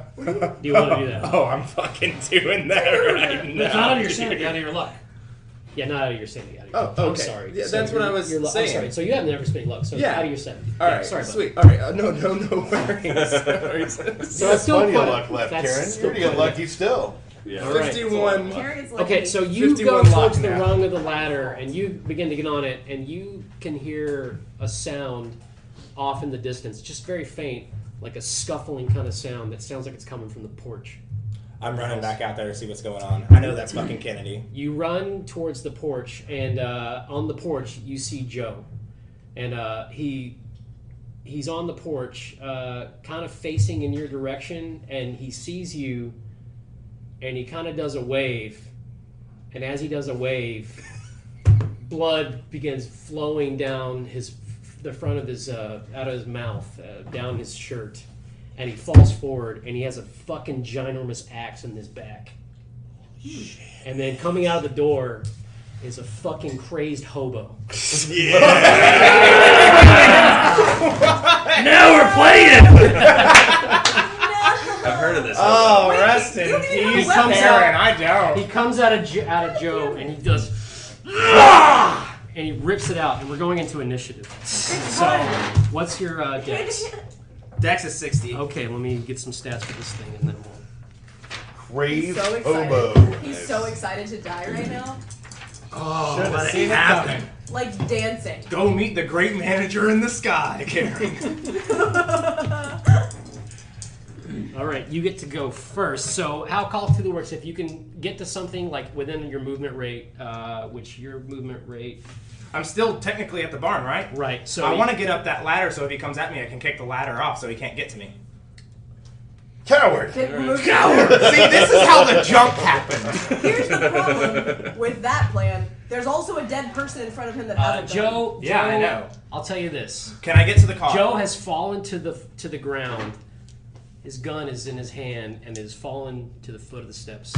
S4: you want to do
S9: [LAUGHS]
S4: that?
S9: Oh, I'm fucking doing that right now.
S5: That's not out of your sanity, out of your luck.
S4: Yeah, not out of your sanity. Out of your
S9: Oh,
S4: luck.
S9: okay.
S4: I'm sorry.
S9: Yeah,
S4: So
S9: that's what
S4: your-
S9: I was
S4: your luck-
S9: saying.
S4: I'm sorry. So you have never spent luck. So it's
S9: Yeah.
S4: out of your 70.
S9: All
S4: yeah,
S9: right,
S4: sorry, bud.
S9: sweet. All right, uh, no, no, no worries. [LAUGHS]
S4: [LAUGHS]
S9: Sorry.
S2: So that's
S4: still
S2: plenty of
S4: quite-
S2: luck left,
S4: that's
S2: Karen.
S4: still
S2: You're gonna get
S4: quite-
S2: lucky still.
S7: Yeah.
S4: All right.
S9: Fifty-one.
S6: Karen's lucky.
S4: Okay, so you
S9: 51
S4: go
S9: lock
S4: towards the
S9: now.
S4: rung of the ladder and you begin to get on it, and you can hear a sound off in the distance, just very faint, like a scuffling kind of sound that sounds like it's coming from the porch.
S9: I'm running back out there to see what's going on. I know that's fucking Kennedy.
S4: You run towards the porch, and uh, on the porch you see Joe, and uh, he he's on the porch, uh, kind of facing in your direction, and he sees you, and he kind of does a wave, and as he does a wave, blood begins flowing down his the front of his uh, out of his mouth, uh, down his shirt, and he falls forward, and he has a fucking ginormous axe in his back. And then coming out of the door is a fucking crazed hobo.
S5: Now we're playing!
S7: I've heard of this.
S9: Oh,
S6: Wait,
S9: rest
S6: you
S9: in
S6: didn't even
S9: peace,
S6: have a weapon.
S9: Karen. I don't.
S4: He comes out of Jo- out of Joe and he does, [LAUGHS] and he rips it out. And we're going into initiative. So, what's your uh, dex?
S7: Dax is 60.
S4: Okay, let me get some stats for this thing, and then we'll.
S2: Crave
S6: so excited.
S2: hobo.
S6: He's so excited to die right now.
S7: Oh,
S9: Should've
S7: let it
S9: seen it
S7: happen.
S9: coming.
S6: Like dancing.
S7: Go meet the great manager in the sky, Karen.
S4: All right, you get to go first. So, how Call of Duty works? If you can get to something like within your movement rate, uh, which your movement rate,
S9: I'm still technically at the barn, right?
S4: right? So
S9: I
S4: you-
S9: want to get up that ladder so if he comes at me, I can kick the ladder off so he can't get to me.
S2: Coward.
S6: Get moved.
S9: See, this is how the jump happened.
S6: Here's the problem with that plan. There's also a dead person in front of him that
S4: Uh,
S6: has a gun.
S4: Joe,
S9: Yeah, I
S4: Joe-
S9: know.
S4: I'll tell you this:
S9: Can I get to the car?
S4: Joe has fallen to the to the ground. His gun is in his hand and has fallen to the foot of the steps.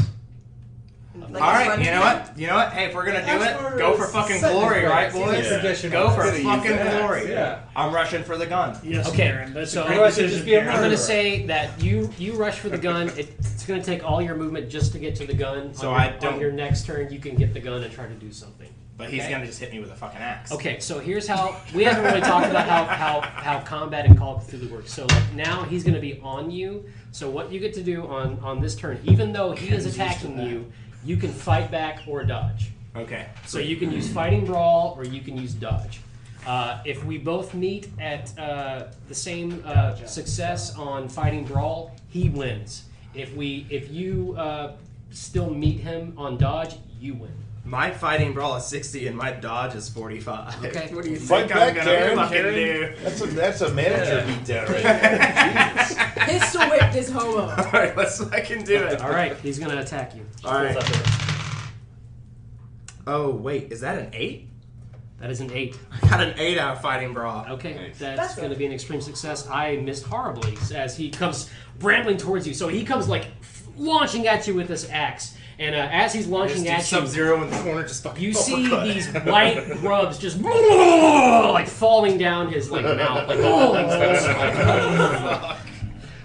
S6: Like
S9: All
S6: a
S9: right,
S6: sponge
S9: you know
S6: cake.
S9: what? You know what? Hey, if we're gonna do
S7: That's
S9: it,
S7: where
S9: go
S7: it's
S9: for fucking
S7: set in
S9: glory,
S7: place.
S9: right,
S7: Yeah.
S9: boys?
S7: Yeah.
S9: Go for
S7: Gotta use
S9: fucking
S7: that.
S9: glory.
S7: Yeah.
S9: I'm rushing for the gun.
S5: Yes,
S4: Okay,
S5: Karen, that's
S4: so-
S5: a great
S4: Otherwise
S7: it'd just
S5: decision,
S7: be a
S5: Karen.
S4: I'm going to
S7: Murderer.
S4: say that you you rush for the gun. It, it's going to take all your movement just to get to the gun.
S9: So
S4: on your,
S9: I don't-
S4: On your next turn, you can get the gun and try to do something.
S9: But he's
S4: Okay.
S9: gonna just hit me with a fucking axe.
S4: Okay, so here's how we haven't really talked about how how, how combat and Call of Cthulhu works. So like now he's going to be on you. So what you get to do on on this turn, even though he is attacking you, you can fight back or dodge.
S9: Okay.
S4: So you can use fighting brawl or you can use dodge. Uh, if we both meet at uh, the same uh, success on fighting brawl, he wins. If we if you uh, still meet him on dodge, you win.
S9: My fighting brawl is 60 and my dodge is 45.
S4: Okay.
S9: What do you
S2: Fight
S9: think
S2: back,
S9: I'm gonna
S2: Karen.
S9: fucking
S2: Karen.
S9: do?
S2: That's a that's a manager beatdown right there. Jesus.
S7: Pistol whip this
S15: [LAUGHS]
S7: homo.
S9: [LAUGHS] All right, let's fucking do it.
S4: All right, he's gonna attack you.
S9: All right. Oh wait, is that an eight?
S4: That is an eight.
S9: I got an eight out of fighting brawl.
S4: Okay,
S9: Nice.
S4: that's,
S6: That's
S4: going to be an extreme success. I missed horribly as he comes brambling towards you. So he comes like f- launching at you with this axe, and uh, as he's launching at you,
S9: Sub Zero in the corner just fucking.
S4: you
S9: [LAUGHS] Oh,
S4: see
S9: God.
S4: these white grubs just [LAUGHS] like falling down his like mouth, like all like, like,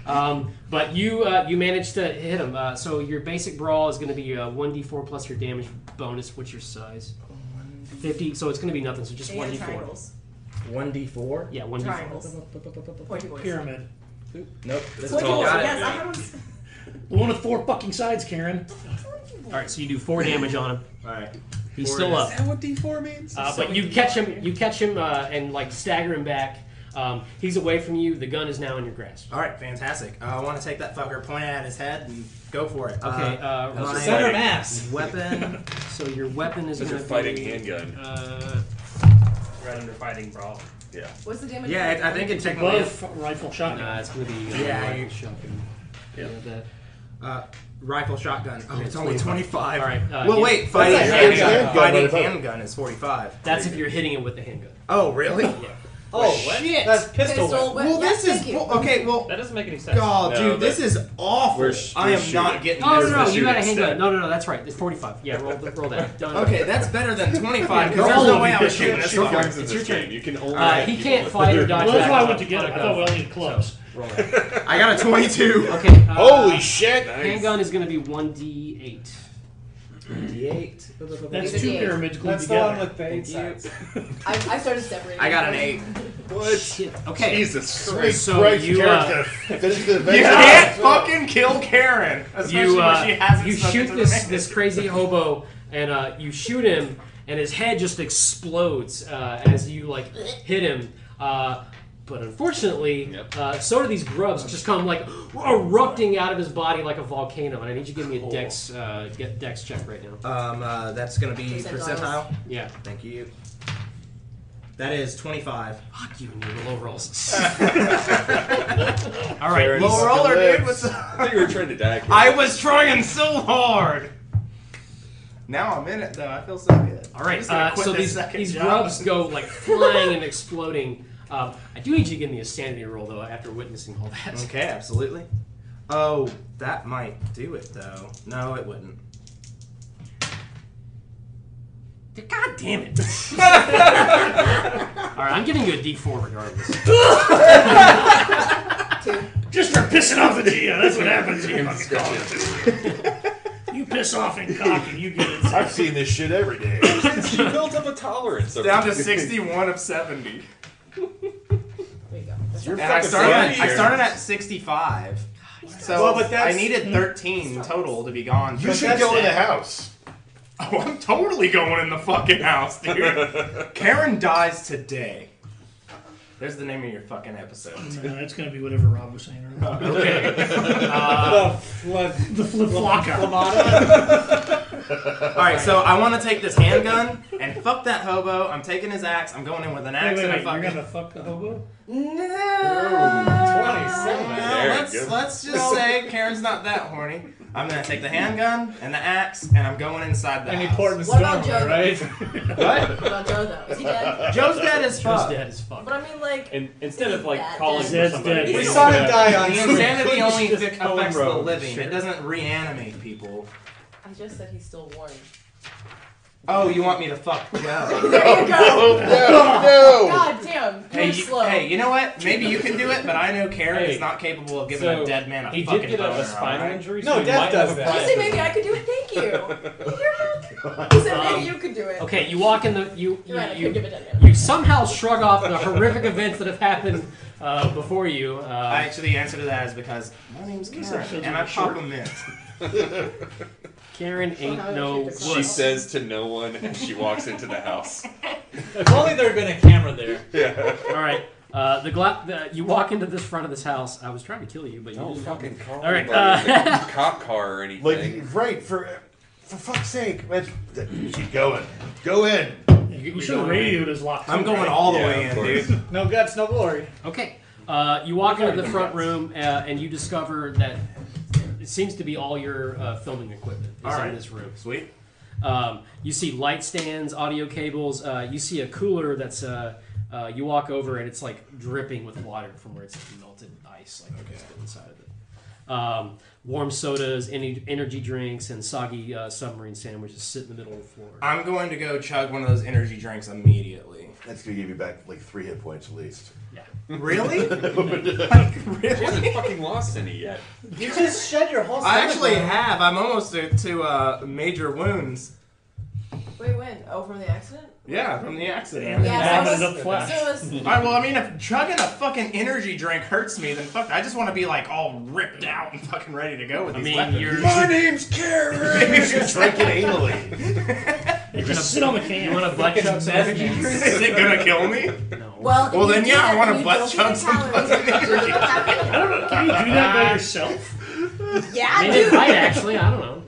S4: Um, but you uh, you managed to hit him. Uh, so your basic brawl is going to be uh, one d four plus your damage bonus. What's your size? Fifty. So it's going to be nothing. So just
S6: And
S4: one d four.
S6: triangles.
S9: One D four.
S4: Yeah, one d four.
S6: Triangles. Pointy boys.
S5: Pyramid.
S9: Nope. This
S6: Pointy
S9: all
S6: boys.
S9: got it.
S6: Yes, I had one. s-
S5: The one with four fucking sides, Karen.
S4: All right, so you do four damage on him.
S9: All right.
S4: He's
S9: Four
S4: still
S9: is-
S4: up.
S9: Is that what D four means?
S4: Uh, but you catch him, you catch him, uh, and like stagger him back. Um, he's away from you. The gun is now in your grasp.
S9: All right, fantastic. Uh, I want to take that fucker, point it at his head, and go for it.
S4: Okay, uh,
S9: am I-
S8: center of mass.
S4: [LAUGHS]
S9: Weapon.
S4: So your weapon is
S15: That's
S4: going
S15: your
S4: to be
S15: fighting handgun.
S4: Uh,
S8: Right under fighting brawl.
S6: What's the damage?
S9: yeah, it, I think it technically is
S5: Both rifle
S4: nah,
S5: shotgun.
S4: it's going to be uh,
S9: Yeah,
S4: rifle
S9: you-
S4: shotgun.
S15: Yeah.
S4: You know that.
S9: uh, rifle shotgun. Oh, it's only 25.
S4: 25. All right, uh,
S9: well,
S4: you-
S9: wait, fighting
S2: That's a
S9: handgun.
S2: handgun.
S9: Fighting
S2: Handgun.
S9: handgun is 45.
S4: That's if you're hitting him with the handgun.
S9: Oh, really?
S8: Oh, what?
S9: Shit.
S8: That's pistol.
S6: Pistol
S8: whip.
S6: whip.
S9: well,
S6: Yes,
S9: this is.
S6: thank you.
S9: well, okay, well.
S8: That doesn't make any sense.
S9: God,
S15: No,
S9: dude, this
S15: that-
S9: is awful.
S15: We're sh-
S9: I
S15: we're
S9: am not
S15: shooting.
S9: getting
S4: Oh
S9: this.
S4: no, no,
S15: the
S4: you got a
S15: shooting
S4: handgun.
S15: stick.
S4: No, no, no, that's right. It's forty-five. Yeah, roll, the- roll that. Done.
S9: Okay, that's better than 25 because
S5: Roll
S9: there's no
S5: it.
S9: way I was shooting this
S15: It's your
S9: fucker.
S15: turn.
S4: It's your turn.
S15: You can only.
S4: Uh,
S15: hit
S4: he
S15: people
S4: can't
S15: with-
S4: fight or dodge.
S5: Well, that's
S4: back
S5: why I
S4: on
S5: went
S4: a-
S5: to get
S4: on
S5: it.
S4: a
S5: I thought we
S4: gun.
S5: only had clubs.
S4: Roll that.
S9: I got a 22.
S4: [LAUGHS]
S5: [LAUGHS]
S4: Okay. Uh,
S2: Holy shit!
S4: Handgun is going to be one d eight.
S5: That's
S6: It's
S5: two
S6: eight.
S5: pyramids glued
S8: That's the
S5: together.
S8: one with the eight
S4: Thank you.
S8: sides.
S7: I, I started separating.
S9: I got an 8.
S2: What?
S4: Shit. Okay.
S2: Jesus
S4: So [LAUGHS]
S2: Christ! Karen's
S4: you, uh,
S2: gonna finish the
S9: You
S2: adventure.
S9: can't fucking kill Karen, especially
S4: you
S9: when
S4: uh,
S9: she hasn't
S4: you
S9: spoken
S4: shoot
S9: to
S4: this
S9: me.
S4: this crazy hobo and uh, you shoot him and his head just explodes uh, as you like hit him uh, but unfortunately
S15: Yep.
S4: uh, so do these grubs just come like erupting out of his body like a volcano and I need you to give me a dex uh, get dex check right now
S9: Um, uh, that's gonna be
S7: Percentiles.
S9: percentile.
S4: yeah
S9: Thank you. That is 25.
S4: fuck you and your low
S9: [LAUGHS]
S4: rolls all
S2: Fair
S4: right
S2: enough.
S4: well,
S9: Low
S2: Fucking
S9: roller,
S2: lives.
S9: dude. What's
S15: I
S9: up?
S15: thought you were trying to die. Karen.
S9: I was trying so hard. Now I'm in it, though. I feel so good.
S4: all
S9: I'm
S4: right
S9: just gonna
S4: uh,
S9: quit
S4: so
S9: this
S4: these
S9: second
S4: these
S9: job.
S4: grubs go like flying and exploding um, I do need you to give me a sanity roll though after witnessing all that
S9: Okay, absolutely. Oh, that might do it, though. No, it wouldn't.
S4: God damn it. All right, I'm giving you a D4 regardless.
S5: Just for pissing off the GM. That's what
S9: [LAUGHS]
S5: happens here. fucking call it. You piss off and cock and you get
S9: [LAUGHS]
S5: it.
S2: I've seen this shit every day.
S15: you built up a tolerance. over-
S9: Down to 61 of 70.
S6: There you go.
S2: You're
S9: And I
S2: fucking
S9: started, at, I
S2: Karen.
S9: started at 65. So
S15: Well, but
S9: I
S15: that's-
S9: needed 13 total to be gone.
S2: You
S9: But
S2: should
S9: that's-
S2: go in the house.
S9: Oh, I'm totally going in the fucking house, dude. Karen dies today. There's the name of your fucking episode.
S5: No, it's going to be whatever Rob was saying earlier.
S3: Oh,
S5: [LAUGHS]
S8: Uh, flood.
S5: The flip flopper.
S9: All right, so I want to take this handgun and fuck that hobo. I'm taking his axe. I'm going in with an
S5: Wait,
S9: axe
S5: wait, wait.
S9: and a
S5: You're
S9: fucking.
S5: going to fuck the hobo?
S9: Well,
S15: There,
S9: let's,
S15: good.
S9: let's just [LAUGHS] say Karen's not that horny. I'm gonna take the handgun and the axe, and I'm going inside the
S8: Any
S9: house.
S8: port in the
S7: What about
S8: storm,
S7: Joe?
S8: right?
S9: What?
S7: What about Joe though? Is he
S15: [LAUGHS]
S7: dead?
S9: Joe's dead as
S4: Just
S9: fuck.
S4: dead as fuck.
S7: But I mean, like,
S15: And instead of like
S7: That
S15: calling for
S5: Zed's
S15: somebody,
S5: dead.
S15: we
S5: We
S15: don't
S5: saw
S15: have-
S9: The insanity only affects the
S8: Road.
S9: living.
S8: Sure.
S9: It doesn't reanimate people.
S15: [LAUGHS]
S7: I just said he's still warm.
S9: Oh, you want me to fuck [LAUGHS] Joe?
S7: There you go. God damn.
S9: Hey,
S7: You're
S9: you,
S7: slow.
S9: hey, you know what? Maybe you can do it, but I know Karen
S8: Hey,
S9: is not capable of giving
S8: so
S9: a dead man a
S8: he did
S9: fucking
S8: get a- a
S9: boner, all
S8: spinal
S9: right?
S8: injury, so No, he Death might have does a that.
S7: He said maybe I could do it. Thank
S9: [LAUGHS]
S7: you. He said
S9: Um,
S7: maybe you could do it.
S4: Okay, you walk in the you you,
S7: You're right, I
S4: you,
S7: could give it a
S4: you somehow shrug off the horrific events that have happened uh, before you. Uh,
S9: I actually answer to that is because my name's
S4: This
S9: Karen
S4: episode's
S9: and
S4: a
S9: I
S4: bit
S9: pop
S4: short.
S9: a [LAUGHS] mint.
S4: Karen ain't no good.
S15: She says to no one as she walks into the house.
S4: If only there had been a camera there.
S15: Yeah.
S4: All right. Uh, the, gla- the you walk into this front of this house. I was trying to kill you, but you
S15: Don't
S4: didn't help
S15: fucking
S4: me.
S15: call
S4: All right.
S15: anybody in
S4: Uh,
S15: [LAUGHS] the cop car or anything. [LAUGHS]
S2: Like, right, for for fuck's sake. Let's, keep going. Go in.
S4: you
S5: should have radioed his lock.
S9: I'm going all the way in, dude.
S3: No guts, no glory.
S4: Okay. Uh, you walk into the front room uh, and you discover that it seems to be all your uh, filming equipment is
S9: All right.
S4: in this room.
S9: Sweet.
S4: Um, you see light stands, audio cables. Uh, you see a cooler that's. Uh, uh, you walk over and it's like dripping with water from where it's melted ice, like it's been inside of it. Um, warm sodas, any energy drinks, and soggy uh, submarine sandwiches sit in the middle of the floor.
S9: I'm going to go chug one of those energy drinks immediately.
S2: That's going to give you back like three hit points at least.
S4: Yeah.
S9: [LAUGHS] Really?
S15: She hasn't fucking lost any [LAUGHS] yet.
S3: You just shed your whole.
S9: I
S3: stomach
S9: actually
S3: bone.
S9: have. I'm almost to, to uh, major wounds.
S7: Wait, when? Oh, from the accident?
S9: Yeah, from the accident.
S5: Damn it.
S7: Yeah,
S5: Bad
S7: so
S5: enough
S7: it's-
S5: flash.
S6: [LAUGHS]
S7: so it's-
S9: All right, well, I mean, if chugging a fucking energy drink hurts me, then fuck. I just want to be like all ripped out and fucking ready to go with
S4: I
S9: these
S4: mean,
S9: weapons. [LAUGHS]
S4: you're-
S2: My name's Karen! Drinking
S4: [LAUGHS]
S2: anally.
S5: Hey, just sit on the can.
S4: You want to butt chug some energy
S9: Is it gonna kill me?
S4: No.
S7: Well,
S9: Well, then, yeah, I wanna
S7: want to
S9: butt chug some fucking energy.
S5: I don't know. Can you do that by yourself?
S7: Yeah,
S4: Maybe it
S7: dude.
S4: might actually. I don't know.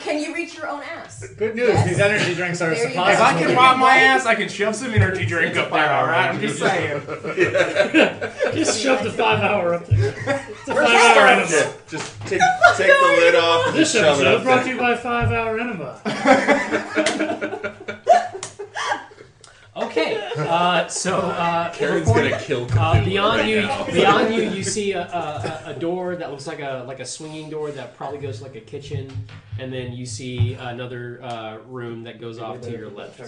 S7: Can you reach your own ass?
S3: Good news.
S7: Yes.
S3: These energy drinks are
S7: There you
S9: If
S7: go.
S9: I
S3: suppository.
S9: can wipe my ass, I can shove some energy drink up there. All right, I'm just
S4: [LAUGHS]
S9: saying.
S5: Just shove the five hour up there. It's a five hour
S7: that?
S5: enema.
S15: Just take, take the lid off and
S5: This
S15: just shove it
S5: episode
S15: up
S5: brought to
S15: there.
S5: you by Five Hour Enema.
S4: [LAUGHS] Okay. Uh, so uh,
S15: Karen's
S4: before-
S15: gonna kill
S4: Uh,
S15: Cthulhu
S4: beyond
S15: right
S4: you,
S15: now.
S4: beyond you, you see a, a, a- a door that looks like a like a swinging door that probably goes to like a kitchen, and then you see another uh, room that goes off to your left. Uh,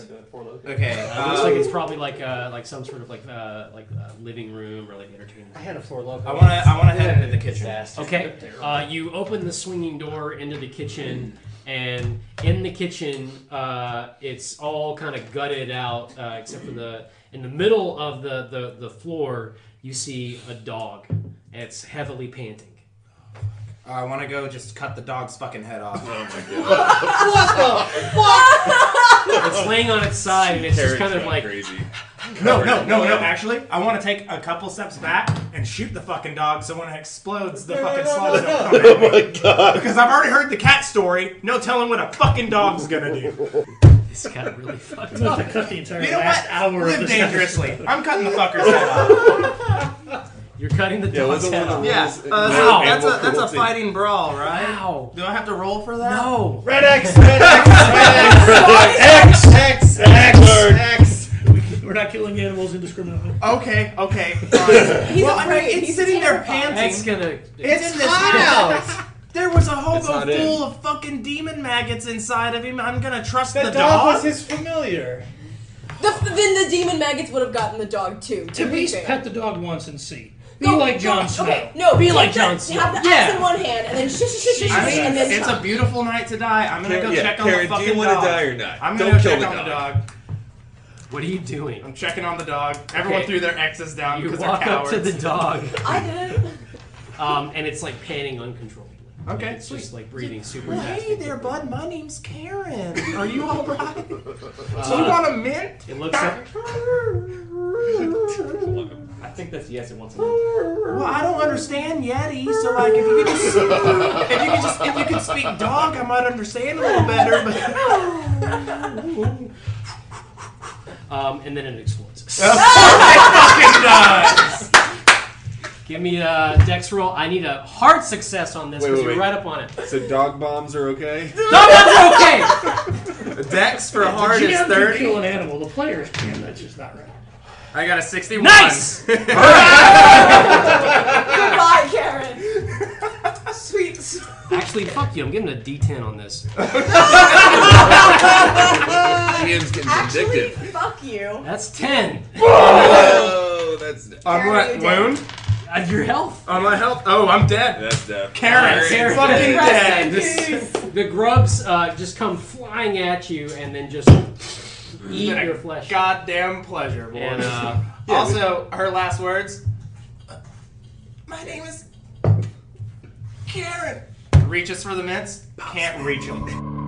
S9: Okay.
S4: it looks like
S9: Um,
S4: it's probably like uh, like some sort of like uh, like uh, living room or like entertainment.
S8: I had a floor local.
S9: I wanna, I wanna head into the kitchen.
S4: Okay, uh, you open the swinging door into the kitchen, and in the kitchen, uh, it's all kind of gutted out, uh, except for the in the middle of the, the the floor, you see a dog. It's heavily panting.
S9: I wanna go just cut the dog's fucking head off. [LAUGHS]
S4: It's laying on its side, and it's just
S15: Karen's
S4: kind of
S15: gone
S4: like
S15: crazy.
S9: No, no, no, no. Actually, I want to take a couple steps back and shoot the fucking dog. So when it explodes, the fucking slaughter don't come [LAUGHS] at me. Because I've already heard the cat story. No telling what a fucking dog's gonna [LAUGHS] do.
S4: this got really [LAUGHS] fucked
S5: I'm about [LAUGHS]
S4: up.
S5: to cut the entire
S9: You know
S5: last
S9: what?
S5: hour of
S9: Live
S5: this
S9: dangerously. I'm cutting [LAUGHS] the fucker's head off.
S4: You're cutting the
S15: Yeah,
S4: dog's
S15: wasn't one
S4: head
S15: of
S4: off.
S15: the rules?
S9: so
S15: Wow.
S9: uh, that's a that's a
S15: Cruelty.
S9: fighting brawl, right?
S4: Wow.
S9: Do I have to roll for that? [LAUGHS]
S4: No.
S2: Red X! Red X!
S9: X X X.
S5: episode. [LAUGHS] We're not killing animals indiscriminately.
S9: Okay, okay. [LAUGHS] fine.
S7: He's
S9: well, I mean,
S7: afraid.
S9: it's
S7: He's
S9: sitting there
S7: terrified.
S9: panting.
S4: That's gonna.
S9: It's in
S4: [LAUGHS]
S9: this house. There was a
S15: It's
S9: hobo
S15: not in.
S9: full of fucking demon maggots inside of him. I'm gonna trust
S3: The
S9: the,
S3: dog, was his familiar.
S7: The, then the demon maggots would have gotten the dog too. To
S5: At
S7: be
S5: least
S7: fair.
S5: pet the dog once and see. Be
S7: Go-
S5: like
S7: go-
S5: Jon Snow.
S7: Okay, no,
S4: Be
S7: take
S4: like
S7: the-
S4: Jon Snow.
S7: Have the axe
S4: Yeah.
S7: in one hand and then shh shh shh shh shh,
S9: I mean,
S7: and then
S9: it's a beautiful night to die. I'm gonna go
S15: yeah,
S9: check on
S15: Karen,
S9: the
S15: do
S9: fucking
S15: you wanna
S9: dog.
S15: die or not?
S9: I'm
S15: Don't
S9: gonna go check
S15: kill the
S9: on the
S15: dog.
S9: dog.
S4: What are you doing?
S9: I'm checking on the dog. Everyone
S4: Okay.
S9: threw their X's down
S4: You
S9: because they're
S4: walk up
S9: cowards.
S4: to the dog,
S7: I didn't.
S4: um, and it's like panting uncontrollably.
S9: Okay,
S4: Like, it's just like breathing [LAUGHS] super
S9: Well,
S4: fast.
S9: hey there, bud. My name's Karen. Are you all right? Do you
S4: Uh,
S9: want a mint?
S4: It looks up.
S8: I think that's yes. It wants to.
S9: Well, I don't understand Yeti, so like if you could just if you could just if you could speak dog, I might understand a little better. But
S4: Um, and then it explodes.
S9: fucking does.
S4: Give me a dex roll. I need a hard success on this
S15: Wait,
S4: because
S15: wait,
S4: you're
S15: wait.
S4: right up on it.
S15: [LAUGHS] So dog bombs are okay?
S4: No, that's okay.
S9: Dex for hard
S5: You
S9: is
S5: have to kill
S9: thirty.
S5: an animal. The players can. That's just not right.
S9: I got a sixty-one.
S4: Nice!
S7: Goodbye, Karen. Sweet.
S4: Actually, fuck you. I'm giving a D10 on this.
S15: [LAUGHS] Ian's getting
S6: Actually,
S15: vindictive.
S6: fuck you.
S4: That's 10.
S15: Oh, that's
S9: On
S6: Carry
S9: what?
S6: you down.
S9: Wound?
S4: Uh, your health.
S9: On my health? Oh, I'm dead.
S15: that's death.
S9: Karen,
S4: Karen.
S9: fucking
S4: Rest
S9: dead.
S4: The grubs uh, just come flying at you and then just eat your flesh.
S9: Goddamn pleasure, boy.
S4: And
S9: [LAUGHS]
S4: uh,
S9: also, her last words. My name is Karen. Reaches for the mints. Can't reach him.